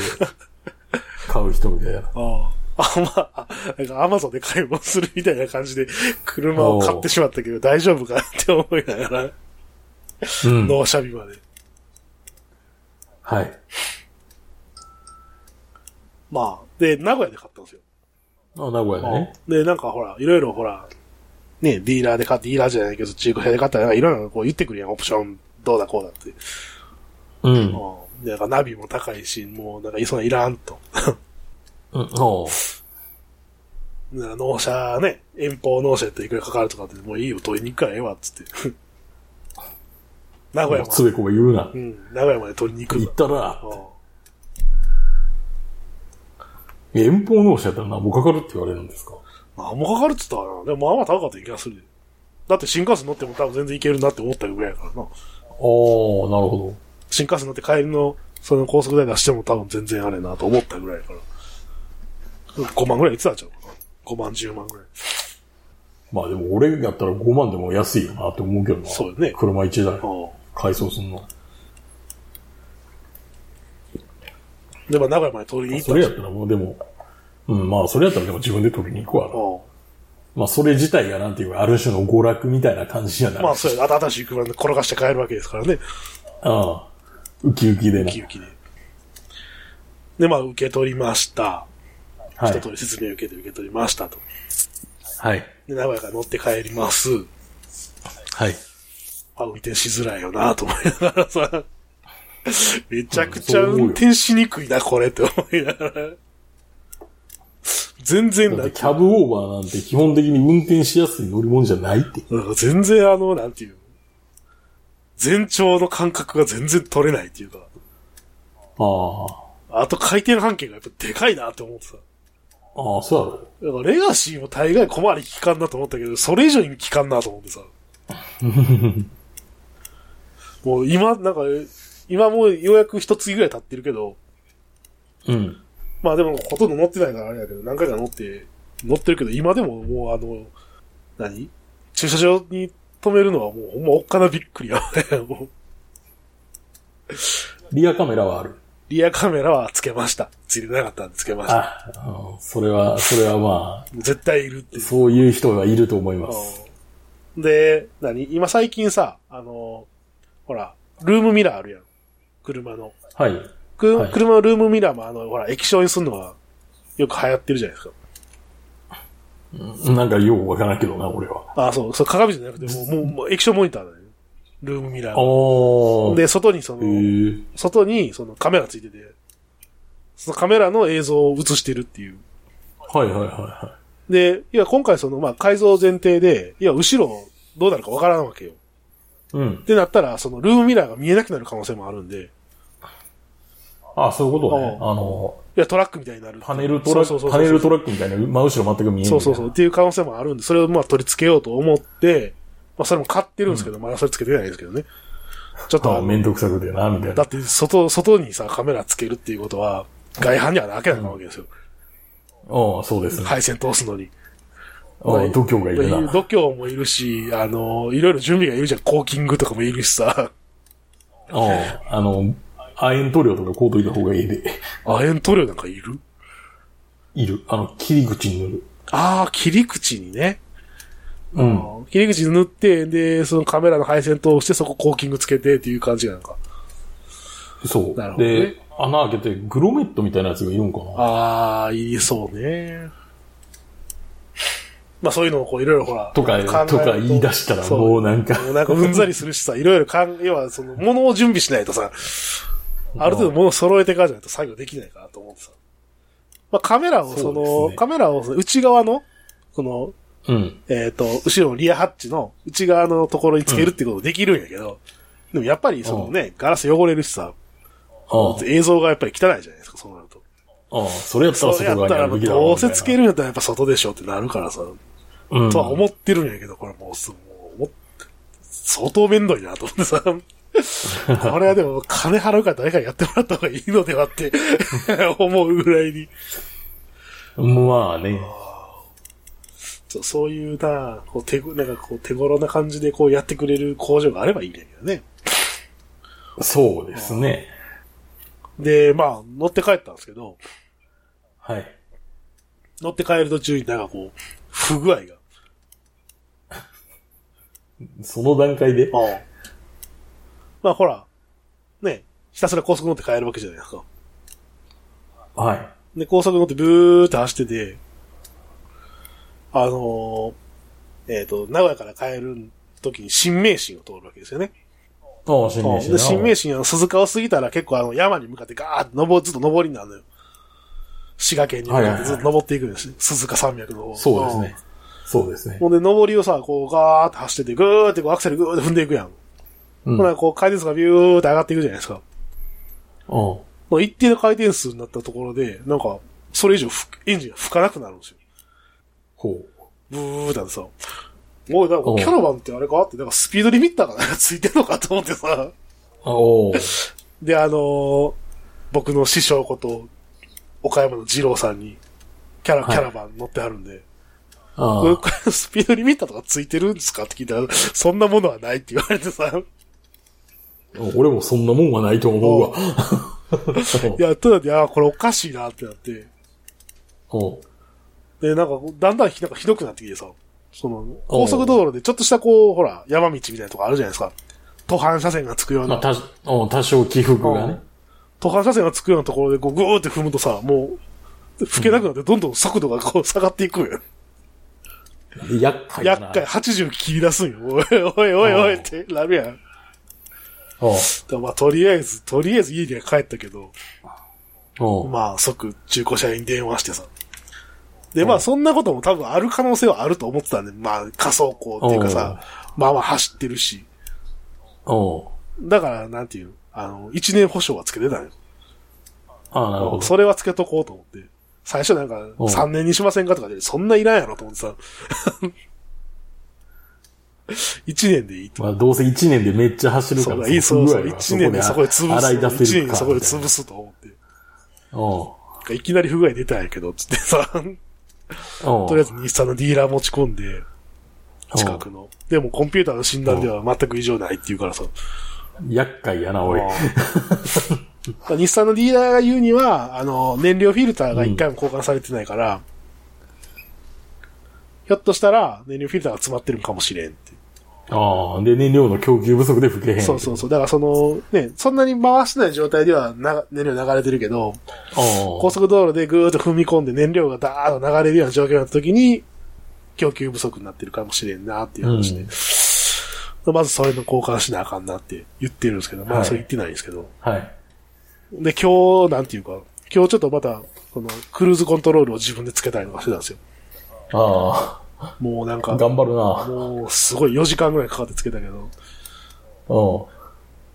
Speaker 1: 買う人みたいな。
Speaker 2: あまあ、なんかアマゾンで買い物するみたいな感じで、車を買ってしまったけど大丈夫かなって思いながら、
Speaker 1: うん。
Speaker 2: 納車日まで。
Speaker 1: はい。
Speaker 2: まあ、で、名古屋で買ったんですよ。
Speaker 1: あ、名古屋でね。
Speaker 2: で、なんかほら、いろいろほら、ね、ディーラーで買って、ディーラーじゃないけど、中古車で買ったら、なんかいろいろこう言ってくるやん、オプション、どうだこうだって。
Speaker 1: うん。
Speaker 2: うん。で、なんかナビも高いし、もうなんかそんないらんと。
Speaker 1: うん。おう
Speaker 2: なんか納車ね、遠方納車っていくらかかるとかって、もういいよ、取りに行くからええわ、っつって。名古屋ま
Speaker 1: つ
Speaker 2: で、
Speaker 1: べこべ言うな
Speaker 2: う。ん、名古屋まで取りに行く
Speaker 1: 行
Speaker 2: ぞ
Speaker 1: ったら、
Speaker 2: うん
Speaker 1: 遠方納車やったら何もかかるって言われるんですか
Speaker 2: 何もかかるっつったかな。でも、まあまあ高かった気がするで。だって新幹線乗っても多分全然行けるなって思ったぐらいやからな。
Speaker 1: ああ、なるほ
Speaker 2: 新幹線乗って帰りの、その高速代出しても多分全然あれなと思ったぐらいやから。5万ぐらいいつだっちゃうかな。5万、10万ぐらい。
Speaker 1: ど。まあでも俺やったら5万でも安いよなって思うけどな。
Speaker 2: そうよね
Speaker 1: 車1台
Speaker 2: う
Speaker 1: 改装すんの。
Speaker 2: ん。で、まあ、名古屋まで取りに行った
Speaker 1: そ
Speaker 2: んで
Speaker 1: れ
Speaker 2: す
Speaker 1: や
Speaker 2: よ
Speaker 1: ったらもうでも、うん、まあそれやったらでも自分で取りに行くわな。
Speaker 2: うん。
Speaker 1: まあそれ自体がなんていうか、ある種の娯楽みたいな感じじゃない。
Speaker 2: まあ、そうや、新しい車で転がして帰るわけですからね。
Speaker 1: ああ、ウキウキで
Speaker 2: ウ
Speaker 1: ね
Speaker 2: キ。ウキで。で、まあ、受け取りました。
Speaker 1: は
Speaker 2: 一
Speaker 1: い。
Speaker 2: 通り説明を受けて受け取りましたと。
Speaker 1: はい。
Speaker 2: で、名古屋から乗って帰ります。
Speaker 1: はい。
Speaker 2: あ、運転しづらいよなと思いながら さ。めちゃくちゃ運転しにくいな、これって思いながら。全然
Speaker 1: だっ
Speaker 2: な
Speaker 1: て
Speaker 2: ん
Speaker 1: キャブオーバーなんて基本的に運転しやすい乗り物じゃないって。
Speaker 2: なんか全然あの、なんていう。全長の感覚が全然取れないっていうか。
Speaker 1: ああ。
Speaker 2: あと回転半径がやっぱでかいなって思ってさ。
Speaker 1: ああ、そうやろ。
Speaker 2: だからレガシーも大概小回り効かんなと思ったけど、それ以上に効かんなと思って さ。もう今、なんか、今もうようやく一月ぐらい経ってるけど、
Speaker 1: うん。
Speaker 2: まあでもほとんど乗ってないからあれだけど、何回か乗って、乗ってるけど、今でももうあの、何駐車場に止めるのはもうほんまおっかなびっくりや。 もう
Speaker 1: リアカメラはある。
Speaker 2: リアカメラはつけました。ついてなかったんでつけました。
Speaker 1: あ、あそれは、それはま
Speaker 2: 絶対いるって
Speaker 1: あ、。そういう人がいると思います。
Speaker 2: うんで、何今最近さ、あの、ほら、ルームミラーあるやん。車の。
Speaker 1: はい。
Speaker 2: く
Speaker 1: はい
Speaker 2: 車のルームミラーもあの、ほら、液晶にするのはよく流行ってるじゃないですか。
Speaker 1: なんかよくわからんけどな、俺は。
Speaker 2: あ、そう、そう、鏡じゃなくて、もう、もうもう、液晶モニターだね。ルームミラー
Speaker 1: あ
Speaker 2: が。
Speaker 1: あ。
Speaker 2: で、外にそ
Speaker 1: へ
Speaker 2: の、
Speaker 1: え。
Speaker 2: 外にそのカメラついてて、そのカメラの映像を映してるっていう。
Speaker 1: はいはいはいは
Speaker 2: で、いや、今回その、まあ、改造前提で、いや、後ろどうなるかわからんわけよ。
Speaker 1: い。うん
Speaker 2: っ。てなったら、その、ルームミラーが見えなくなる可能性もあるんで、
Speaker 1: あ、そういうことね。
Speaker 2: う
Speaker 1: あの、
Speaker 2: いや、トラックみたいになるっていう。
Speaker 1: パネルトラ
Speaker 2: そう
Speaker 1: ッ
Speaker 2: そ
Speaker 1: ク、
Speaker 2: う
Speaker 1: パ
Speaker 2: そう
Speaker 1: ネルトラックみたいな、真後ろ全く見えない。
Speaker 2: そうそうそう。っ。ていう可能性もあるんで、それをまあ取り付けようと思って、まあそれも買ってるんですけど、まだそれつけてないですけどね。ちょっとあ
Speaker 1: あ
Speaker 2: の、
Speaker 1: めんどくさくてな、みたい
Speaker 2: だ
Speaker 1: な。
Speaker 2: って外、外にさ、カメラつけるっていうことは、外反にはなけなわけですよ。
Speaker 1: うん、そうですね。
Speaker 2: 配線通すのに。
Speaker 1: うん、度胸がいるな。
Speaker 2: 度胸もいるし、あの、いろいろ準備がいるじゃん。コーキングとかもいるしさ。
Speaker 1: うん。あの、亜鉛塗料とかこうといた方がいいで。
Speaker 2: 亜鉛塗料なんかいる
Speaker 1: いる。あの、切り口に塗る。
Speaker 2: ああ、切り口にね。
Speaker 1: うん。
Speaker 2: 切り口塗って、で、そのカメラの配線通して、そこコーキングつけてっていう感じなんか。
Speaker 1: そう。
Speaker 2: なるほどね
Speaker 1: で、穴開けて、グロメットみたいなやつがいるんかな。
Speaker 2: ああ、いいそうね。まあそういうのをこういろいろほら。
Speaker 1: とか
Speaker 2: 考える、
Speaker 1: とか言い出したら、
Speaker 2: そ
Speaker 1: もうなんか、
Speaker 2: もうなんかうんざりするしさ、いろいろ考え、要はその、物を準備しないとさ、ある程度物を揃えてからじゃないと作業できないかなと思ってさ。まあカメラをその、
Speaker 1: そうですね
Speaker 2: カメラをその内側の、この、
Speaker 1: うん。
Speaker 2: えっ、と、後ろのリアハッチの内側のところにつけるってことできるんやけど、でもやっぱりそのね、ガラス汚れるしさ、
Speaker 1: あ
Speaker 2: 映像がやっぱり汚いじゃないですか、そうなると。
Speaker 1: あ、それやったら
Speaker 2: そうや
Speaker 1: 外
Speaker 2: っ
Speaker 1: 側に
Speaker 2: た
Speaker 1: あ
Speaker 2: ら、
Speaker 1: るべきだ
Speaker 2: どうせつけ
Speaker 1: る
Speaker 2: るんやったらやっぱ外でしょってなるからさ、とは思ってるんやけど、これもうす、もうもう、相当めんどいなと思ってさ、これはでも金払うから誰かにやってもらった方がいいのではって 思うぐらいに、
Speaker 1: うん。まあね。
Speaker 2: そうそういうな、こう手ご、なんかこう手頃な感じでこうやってくれる工場があればいいんだけどね。
Speaker 1: そうですね。
Speaker 2: で、まあ、乗って帰ったんですけど、
Speaker 1: はい。
Speaker 2: 乗って帰る途中になんかこう、不具合が。
Speaker 1: その段階で。
Speaker 2: まあほら、ね、ひたすら高速乗って帰るわけじゃないですか。
Speaker 1: はい。
Speaker 2: で、高速乗ってブーって走ってて、あのーえっ、と、名古屋から帰る時に新名神を通るわけですよね。
Speaker 1: ああ、新名刺
Speaker 2: で、新名神は鈴鹿を過ぎたら結構あの山に向かってガーって登、ずっと登りになるのよ。滋賀県に向かってずっと登っていくんです、鈴鹿山脈の方。
Speaker 1: そうですね。そうですね。
Speaker 2: ほんで、上りをさ、こう、ガーって走ってて、ぐーってこうアクセルぐーって踏んでいくやん。
Speaker 1: うん
Speaker 2: ほら、こう、回転数がビューって上がっていくじゃないですか。
Speaker 1: うん。
Speaker 2: まあ一定の回転数になったところで、なんか、それ以上ふ、エンジンが吹かなくなるんですよ。
Speaker 1: ほ
Speaker 2: ブーってなってさ。おい、なんか
Speaker 1: おう
Speaker 2: キャラバンってあれかって、なんかスピードリミッターがなんかついてるのかと思ってさ。
Speaker 1: う。あおう
Speaker 2: で、あのー僕の師匠こと、岡山の二郎さんに、キャラ、
Speaker 1: はい
Speaker 2: キャラバン乗ってあるんで、
Speaker 1: あ
Speaker 2: これこれスピードリミッターとかついてるんですかって聞いたら、そんなものはないって言われてさ。
Speaker 1: あ俺もそんなもんはないと思うわ。
Speaker 2: いや、ただで、あーこれおかしいなってなって。
Speaker 1: おう
Speaker 2: で、なんか、だんだんひなんかひどくなってきてさ、その、高速道路でちょっとしたこう、ほら、山道みたいなとこあるじゃないですか。途半車線がつくよう
Speaker 1: まあ、
Speaker 2: な、
Speaker 1: たおう多少起伏がね。
Speaker 2: 途半車線がつくようなところで、こう、ぐーって踏むとさ、もう、吹けなくなって、どんどん速度がこう、下がっていくんよ。
Speaker 1: 厄介だな。
Speaker 2: 厄介、80切り出すんよ。おいおいおいおいってなるやん。だか
Speaker 1: おう
Speaker 2: らまあ、とりあえず、とりあえず家には帰ったけど、
Speaker 1: おう
Speaker 2: まあ、即、中古車に電話してさ。で、まあ、そんなことも多分ある可能性はあると思ってたんで、まあ、仮想行っていうかさ、まあまあ走ってるし。
Speaker 1: おう
Speaker 2: だから、なんていうのあの、一年保証はつけてたのよ。
Speaker 1: ああ、なるほど。
Speaker 2: それはつけとこうと思って。最初なんか、
Speaker 1: うん
Speaker 2: 3年にしませんかとかで、そんないらんやろと思ってた。1年でいいと。
Speaker 1: まあ、どうせ1年でめっちゃ走る
Speaker 2: そ
Speaker 1: か
Speaker 2: う
Speaker 1: ら
Speaker 2: だ、いい、そうそう。
Speaker 1: ぐらいは
Speaker 2: 1年でそこで潰
Speaker 1: 洗い出
Speaker 2: す。
Speaker 1: せ
Speaker 2: 1
Speaker 1: る
Speaker 2: 年
Speaker 1: か
Speaker 2: でそこで
Speaker 1: みたい
Speaker 2: 潰すと思って。
Speaker 1: なう
Speaker 2: いきなり不具合出たんやけど、つってさ、
Speaker 1: ん。うん。
Speaker 2: とりあえず日産のディーラー持ち込んで、近くの。でもコンピューターの診断では全く異常ないっていうからさ。
Speaker 1: うん。厄介やな、おい。
Speaker 2: うん日産のディー ラーが言うには、あの、燃料フィルターが一回も交換されてないから、ひょっとしたら燃料フィルターが詰まってるんかもしれんって。
Speaker 1: ああ、で、燃料の供給不足で吹けへん。
Speaker 2: そうそうそう。だからその、ね、そんなに回してない状態ではな燃料流れてるけど、
Speaker 1: うん。
Speaker 2: 高速道路でぐーっと踏み込んで燃料がダーッと流れるような状況になった時に、供給不足になってるかもしれんなっていう話で。まずそれの交換しなあかんなって言ってるんですけど、ま
Speaker 1: は
Speaker 2: あ
Speaker 1: い
Speaker 2: それ言ってないんですけど。
Speaker 1: はい。
Speaker 2: で、今日、なんていうか、今日ちょっとまた、この、クルーズコントロールを自分でつけたりとかしてたんですよ。
Speaker 1: あ
Speaker 2: もうなん
Speaker 1: あ、
Speaker 2: か、
Speaker 1: 頑張るな。
Speaker 2: もうすごい4時間ぐらいかかってつけたけど、
Speaker 1: う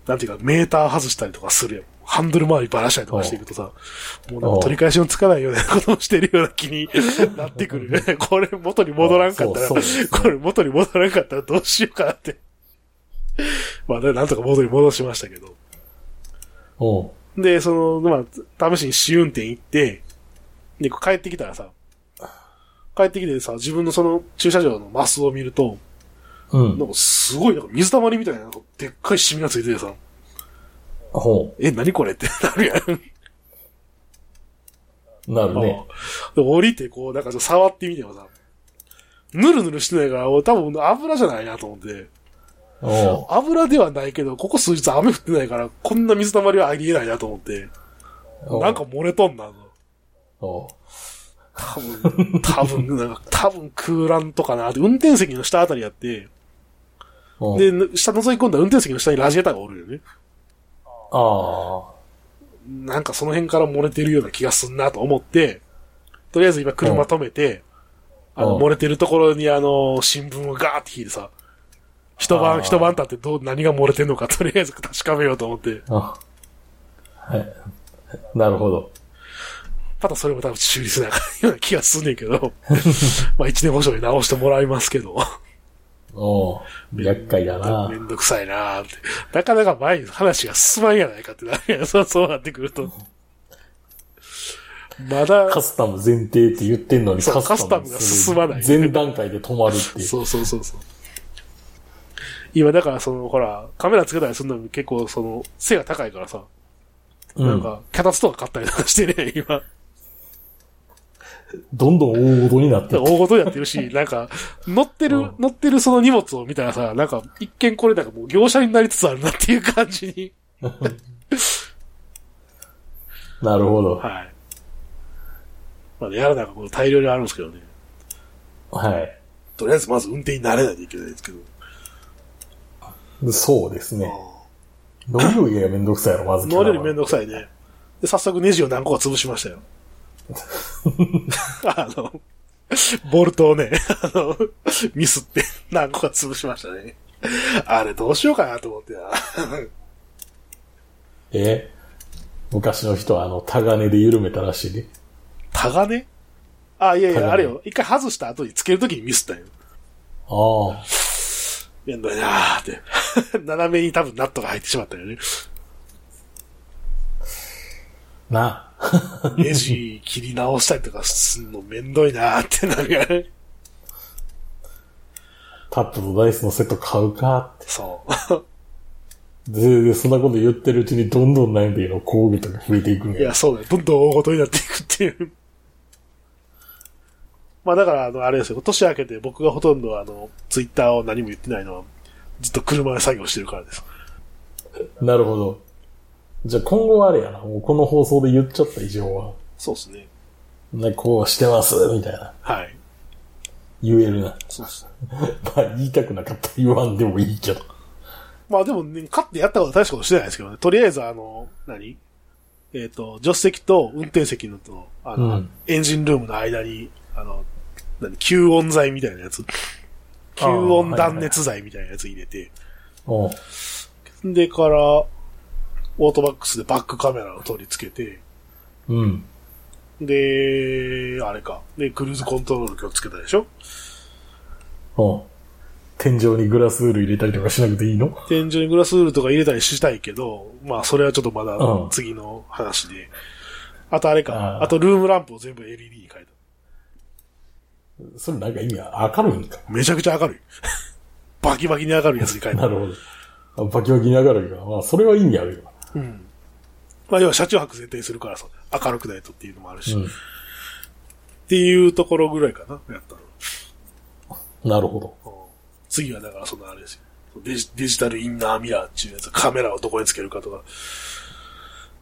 Speaker 2: なんていうか、メーター外したりとかするやん。ハンドル周りばらしたりとかしていくとさ、もうなんか取り返しのつかないようなことをしてるような気に なってくる。これ元に戻らんかったら、
Speaker 1: そうそうですね
Speaker 2: これ元に戻らんかったらどうしようかなって。まあ、なんとか元に戻しましたけど。
Speaker 1: ん。うん。
Speaker 2: で、その、まあ、試しに試運転行って、で、帰ってきたらさ、帰ってきてさ、自分のその駐車場のマスを見ると、
Speaker 1: うん。
Speaker 2: なんかすごい、なんか水溜りみたいな、なんかでっかいシミがついててさ、
Speaker 1: ほ
Speaker 2: え、何これってなるやん。
Speaker 1: う。なるね。
Speaker 2: で降りて、こう、なんかちょっと触ってみてもさ、ぬるぬるしてないから、俺多分油じゃないなと思って、
Speaker 1: うん。
Speaker 2: 油ではないけど、ここ数日雨降ってないから、こんな水溜りはありえないなと思って、
Speaker 1: うん
Speaker 2: なんか、漏れとんなと。
Speaker 1: うん
Speaker 2: 多分、多分、なんか、多分クーラントかなって、運転席の下あたりやって、
Speaker 1: うん
Speaker 2: で、下覗き込んだら運転席の下にラジエーターがおるよね。
Speaker 1: あ
Speaker 2: なんかその辺から漏れてるような気がすんなと思って、とりあえず今車止めて、
Speaker 1: うん
Speaker 2: あの、
Speaker 1: うん
Speaker 2: 漏れてるところにあの、新聞をガーって引いてさ、一
Speaker 1: あ
Speaker 2: 晩、
Speaker 1: ー
Speaker 2: 一晩経ってどう、何が漏れてんのかとりあえず確かめようと思って、
Speaker 1: あ。あはい。なるほど。
Speaker 2: またそれも多分修理せなあかんような気がすんねん けど、まあ一年保証で直してもらいますけど。
Speaker 1: うん。厄介だな
Speaker 2: め。んどくさいなーって。なかなか前に話が進まんやないかってなるやん。 そうそうなってくると。まだ、
Speaker 1: カスタム前提って言ってんのに
Speaker 2: そう
Speaker 1: が
Speaker 2: カスタムが進まない
Speaker 1: 前段階で止まるっていう。
Speaker 2: そうそうそうそう。今だからその、ほら、カメラつけたりするのも結構その、背が高いからさ、
Speaker 1: う
Speaker 2: なん
Speaker 1: ん。
Speaker 2: か、脚立とか買ったりとかしてね、 今。
Speaker 1: どんどん大事になって
Speaker 2: 大ごとやって るし、なんか、乗ってる、
Speaker 1: うん
Speaker 2: 乗ってるその荷物を見たらさ、なんか、一見これなんかもう業者になりつつあるなっていう感じに。
Speaker 1: なるほど。
Speaker 2: はい。まあね、やらなんかこう大量にあるんですけどね。
Speaker 1: はい。
Speaker 2: とりあえずまず運転に慣れないといけないですけど。
Speaker 1: そうですね。乗り降りがめんどくさいやろ、まず。
Speaker 2: 乗るよりめん
Speaker 1: ど
Speaker 2: どくさいね。で、早速ネジを何個か潰し ましたよ。あの、ボルトをね、あの、ミスって何個か潰しましたね。あれどうしようかなと思ってな。
Speaker 1: え昔の人は、あの、タガネで緩めたらしいね。
Speaker 2: タガネあ、いやい
Speaker 1: タガ
Speaker 2: や、
Speaker 1: ネ
Speaker 2: あれよ。一回外した後につけるときにミスったよ。
Speaker 1: ああ。
Speaker 2: めんどいなーって。 斜めに多分ナットが入ってしまったよ ね。
Speaker 1: な。
Speaker 2: ネジ切り直したりとかすんのめんどいなーってなるよね。
Speaker 1: タップとダイスのセット買うかって。
Speaker 2: そう。
Speaker 1: で、でそんなこと言ってるうちにどんどん悩んでるの工具とか増えていくん
Speaker 2: い
Speaker 1: や。
Speaker 2: や、そうだよ。どんどん大ごとになっていくっていう。 まあだから、あの、あれですよ。年明けて僕がほとんどあの、ツイッターを何も言ってないのは、ずっと車で作業してるからです。
Speaker 1: なるほど。じゃあ今後はあれやな。もうこの放送で言っちゃった以上は、
Speaker 2: そうですね。
Speaker 1: ね、こうしてます、みたいな。
Speaker 2: はい。
Speaker 1: 言えるな。
Speaker 2: そうっすね。
Speaker 1: まあ言いたくなかったら言わんでもいいけど。
Speaker 2: まあでもね、勝ってやったことは大したことしてないですけどね。とりあえずあの、何えっ、と、助手席と運転席のと、あの、
Speaker 1: うん
Speaker 2: エンジンルームの間に、あの、何吸音材みたいなやつ。
Speaker 1: あー
Speaker 2: 吸音断熱材みたいなやつ入れて、
Speaker 1: おう
Speaker 2: でから、オートバックスでバックカメラを取り付けて、
Speaker 1: うん。
Speaker 2: で、あれか。で、クルーズコントロール今日つけたでしょ
Speaker 1: うん。天井にグラスウール入れたりとかしなくていいの
Speaker 2: 天井にグラスウールとか入れたりしたいけど、まあ、それはちょっとまだ
Speaker 1: うん
Speaker 2: 次の話で。あとあれか。
Speaker 1: あ
Speaker 2: あ
Speaker 1: ー
Speaker 2: とルームランプを全部 LED に変え
Speaker 1: それなんか意味は明るいんか。
Speaker 2: た。めちゃくちゃ明るい。 バキバキに明るいやつに変えた。
Speaker 1: なるほど。あバキバキに明るいから。まあ、それは意味あるよ。
Speaker 2: まあ、要は車中泊全体にするからさ、明るくないとっていうのもあるし。
Speaker 1: う
Speaker 2: っ
Speaker 1: ん。
Speaker 2: ていうところぐらいかな、やったの。
Speaker 1: なるほど。
Speaker 2: 次はだからそのあれですよ。デジデジタルインナーミラーっていうやつ、カメラをどこにつけるかとか。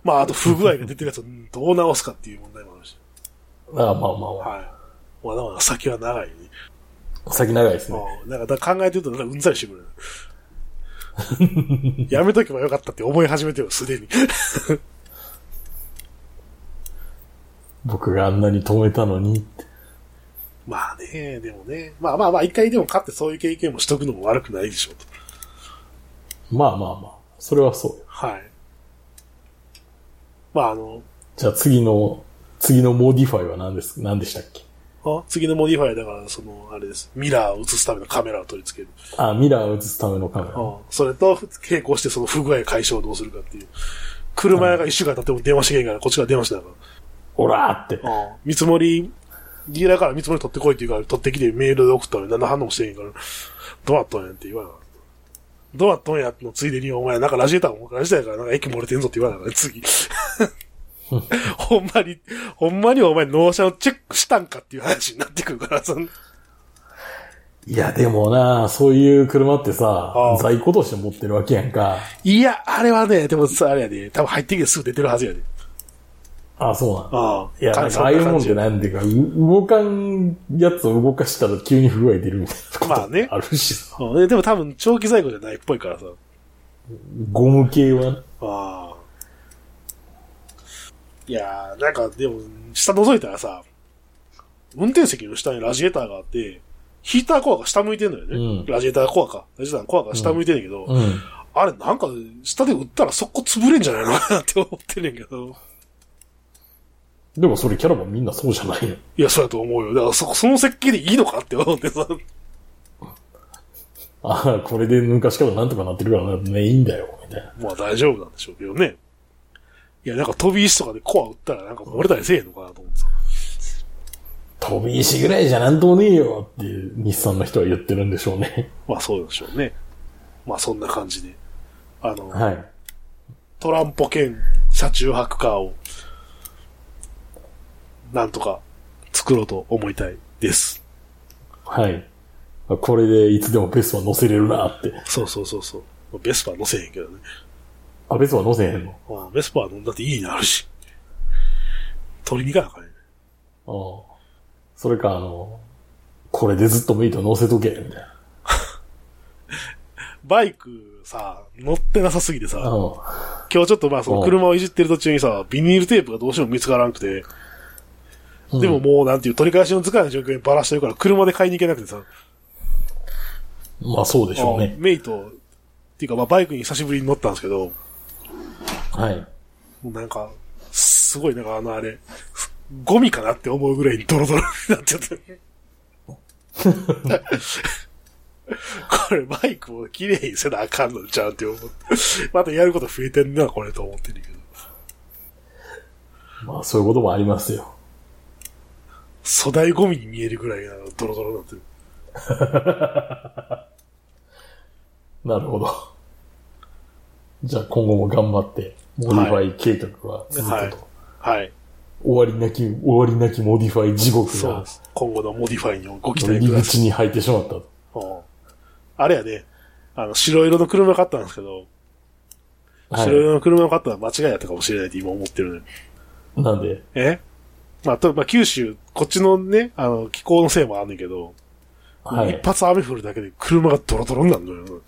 Speaker 2: まあ、あと不具合が出てるやつをうんどう直すかっていう問題もあるし。
Speaker 1: ああまあまあま
Speaker 2: はい。まだまだ先は長いね。
Speaker 1: あ。先長いですね。
Speaker 2: うんなんかだから考えてるとなんかうんざりして くる。やめとけばよかったって思い始めてるすでに。
Speaker 1: 僕があんなに止めたのにって。
Speaker 2: まあね、でもね。まあまあまあ、一回でも勝ってそういう経験もしとくのも悪くないでしょうと。
Speaker 1: まあまあまあ。それはそうよ。
Speaker 2: はい。まああの、
Speaker 1: じゃあ次の、次のモディファイは何です、何でしたっけ
Speaker 2: あ次のモディファイだから、その、あれです。ミラーを映すためのカメラを取り付ける。
Speaker 1: あ、ミラーを映すためのカメラ。
Speaker 2: うんそれと、並行してその不具合解消をどうするかっていう。車屋が一週間経っても電話してけんから、こっちが電話しなが
Speaker 1: オラーって。
Speaker 2: ら。うん見積もり、ディーラーから見積もり取ってこいって言うから、取ってきてメールで送ったのに何の反応もしてへんから、どうなっとんやんって言わなかった。どうなっとんやのついでに、お前なんかラジエーターもラジエーターやから、なんか駅漏れてんぞって言わなかった、次。 ほんまに、ほんまにお前納車をチェックしたんかっていう話になってくるから、その
Speaker 1: いや、でもな、そういう車ってさ
Speaker 2: あ、
Speaker 1: 在庫として持ってるわけやんか。
Speaker 2: いや、あれはね、でもさ、あれやで、多分入ってきてすぐ出てるはずやで。
Speaker 1: あそうなんだ。
Speaker 2: あ
Speaker 1: いや、なんかああいうもんってなんていうか、う動かんやつを動かしたら急に不具合出るみたいなこと
Speaker 2: まあね
Speaker 1: あるしさ。
Speaker 2: うんででも多分長期在庫じゃないっぽいからさ。
Speaker 1: ゴム系は、
Speaker 2: ああ。いやー、なんかでも、下覗いたらさ、運転席の下にラジエーターがあって、ヒーターコアが下向いてんのよね。
Speaker 1: うん
Speaker 2: ラジエーターコアか。ラジエーターコアが下向いてんだけど、
Speaker 1: うん。
Speaker 2: あれなんか、下で打ったらそこ潰れんじゃないのかなって思ってんねんけど。
Speaker 1: でもそれキャラもみんなそうじゃないの。
Speaker 2: いや、そうやと思うよ。だからそこ、その設計でいいのかって思ってさ。
Speaker 1: ああ、これで抜かし方なんとかなってるからね、いいんだよ、みたいな。
Speaker 2: まあ大丈夫なんでしょうけどね。いや、なんか飛び石とかでコア打ったらなんか漏れたりせえへんのかなと思ってさ。
Speaker 1: 飛び石ぐらいじゃなんともねえよって、日産の人は言ってるんでしょうね。
Speaker 2: まあそうでしょうね。まあそんな感じで。あの、
Speaker 1: はい。
Speaker 2: トランポ兼車中泊カーを、なんとか作ろうと思いたいです。
Speaker 1: はい。これでいつでもベスは乗せれるなって。
Speaker 2: そうそうそうそう。ベスパー乗せへんけどね。
Speaker 1: あ、ベスは乗せへんの
Speaker 2: まあ、ベスパー飲んだっていいになるし。取りに行かなあかんね。
Speaker 1: ああ。それか、あの、これでずっとメイト乗せとけ、みたいな。
Speaker 2: バイクさ、乗ってなさすぎてさ、
Speaker 1: うん。
Speaker 2: 今日ちょっとまあその車をいじってる途中にさ、ビニールテープがどうしても見つからなくて、
Speaker 1: うん
Speaker 2: でももうなんていう取り返しのつかない状況にバラしてるから車で買いに行けなくてさ、
Speaker 1: まあそうでしょう
Speaker 2: あ
Speaker 1: ね。
Speaker 2: メイト、っていうかまあバイクに久しぶりに乗ったんですけど、
Speaker 1: はい。
Speaker 2: もうなんか、すごいなんかあのあれ、ゴミかなって思うぐらいドロドロになっちゃって。これバイクを綺麗にせなあかんのちゃうって思って。またやること増えてんな、これと思ってるけど。
Speaker 1: まあそういうこともありますよ。
Speaker 2: 粗大ゴミに見えるぐらいなんかドロドロになってる。
Speaker 1: なるほど。じゃあ今後も頑張って、モディファイ計画は続くと。
Speaker 2: はいはい。
Speaker 1: 終わりなき、終わりなきモディファイ地獄
Speaker 2: そう
Speaker 1: が
Speaker 2: で、す。今後のモディファイにご期
Speaker 1: 入
Speaker 2: 待
Speaker 1: り
Speaker 2: くださ
Speaker 1: 口
Speaker 2: い。
Speaker 1: に入ってしまったと。
Speaker 2: うんあれやね、あの、白色の車買ったんですけど、
Speaker 1: は
Speaker 2: 白
Speaker 1: い。
Speaker 2: 色の車を買ったのは間違いやったかもしれないって今思ってるね。
Speaker 1: なんで、
Speaker 2: えまあ、と、まあ、九州、こっちのね、あの、気候のせいもあんねんけど、
Speaker 1: はい。ああ、な
Speaker 2: 一
Speaker 1: る
Speaker 2: 発雨降るだけで車がドロドロになるのよ。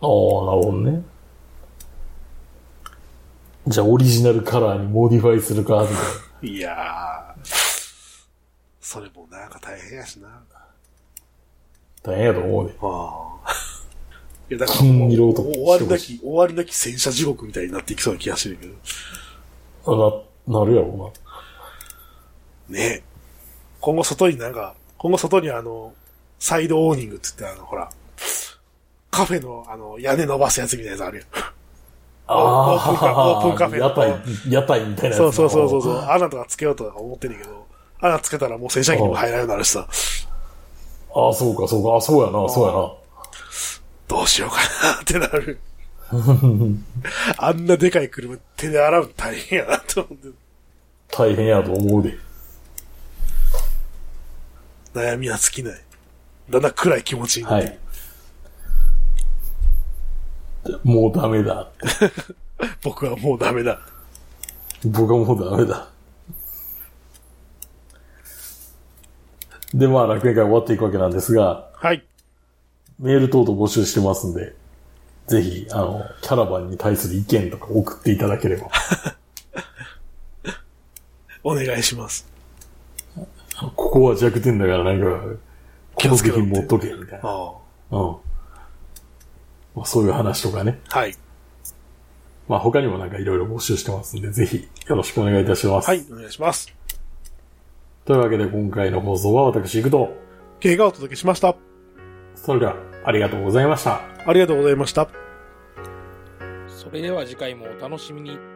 Speaker 1: ほどね。じゃあオリジナルカラーにモディファイするか、みたいない
Speaker 2: やー。それもなんか大変やしな。
Speaker 1: 大変やと思うで。
Speaker 2: ああ。いや、だからも
Speaker 1: 金
Speaker 2: う、
Speaker 1: 色とか
Speaker 2: 終わりなき、終わりなき戦車地獄みたいになっていきそうな気がしてるけど。
Speaker 1: あな、なるやろ
Speaker 2: ね今後外になんか、今後外にあの、サイドオーニングって言ってあの、ほら、カフェのあの、屋根伸ばすやつみたいなやつあるよ。オープンカオープンカフェ
Speaker 1: 屋台、屋台みたいなやつ
Speaker 2: そうそうそうそうそう。
Speaker 1: う。
Speaker 2: 穴とかつけようとか思ってんねんけど、穴つけたらもう洗車機にも入らなくなるしさ、
Speaker 1: ああ、そうか、そうか、あそうやな、そ
Speaker 2: どうしようかなってなる。あんなでかい車手で洗うの大変やなと思っ
Speaker 1: う
Speaker 2: て。
Speaker 1: やな。大変やと思うで。
Speaker 2: 悩みは尽きない。だんだん暗い気持ちにな
Speaker 1: は
Speaker 2: って、
Speaker 1: い。もうダメだって。
Speaker 2: 僕はもうダメだ。
Speaker 1: 僕はもうダメだ。で、まあ、楽園会終わっていくわけなんですが、
Speaker 2: はい。
Speaker 1: メール等々募集してますんで、ぜひ、あの、キャラバンに対する意見とか送っていただければ、
Speaker 2: お願いします。
Speaker 1: ここは弱点だからなんか、こ
Speaker 2: 気
Speaker 1: の
Speaker 2: をつけ
Speaker 1: 時
Speaker 2: ろって
Speaker 1: 品持っとけ、みたいな。
Speaker 2: あ
Speaker 1: うん。まあ、そういう話とかね。
Speaker 2: あはい。
Speaker 1: まあ、他にもなんかいろいろ募集してますんで、ぜひ、よろしくお願いいたします。
Speaker 2: はい、お願いします。
Speaker 1: というわけで、今回の放送は私、行くと、
Speaker 2: 経過をお届けしました。
Speaker 1: それでは、ありがとうございました。
Speaker 2: ありがとうございました。
Speaker 3: それでは次回もお楽しみに。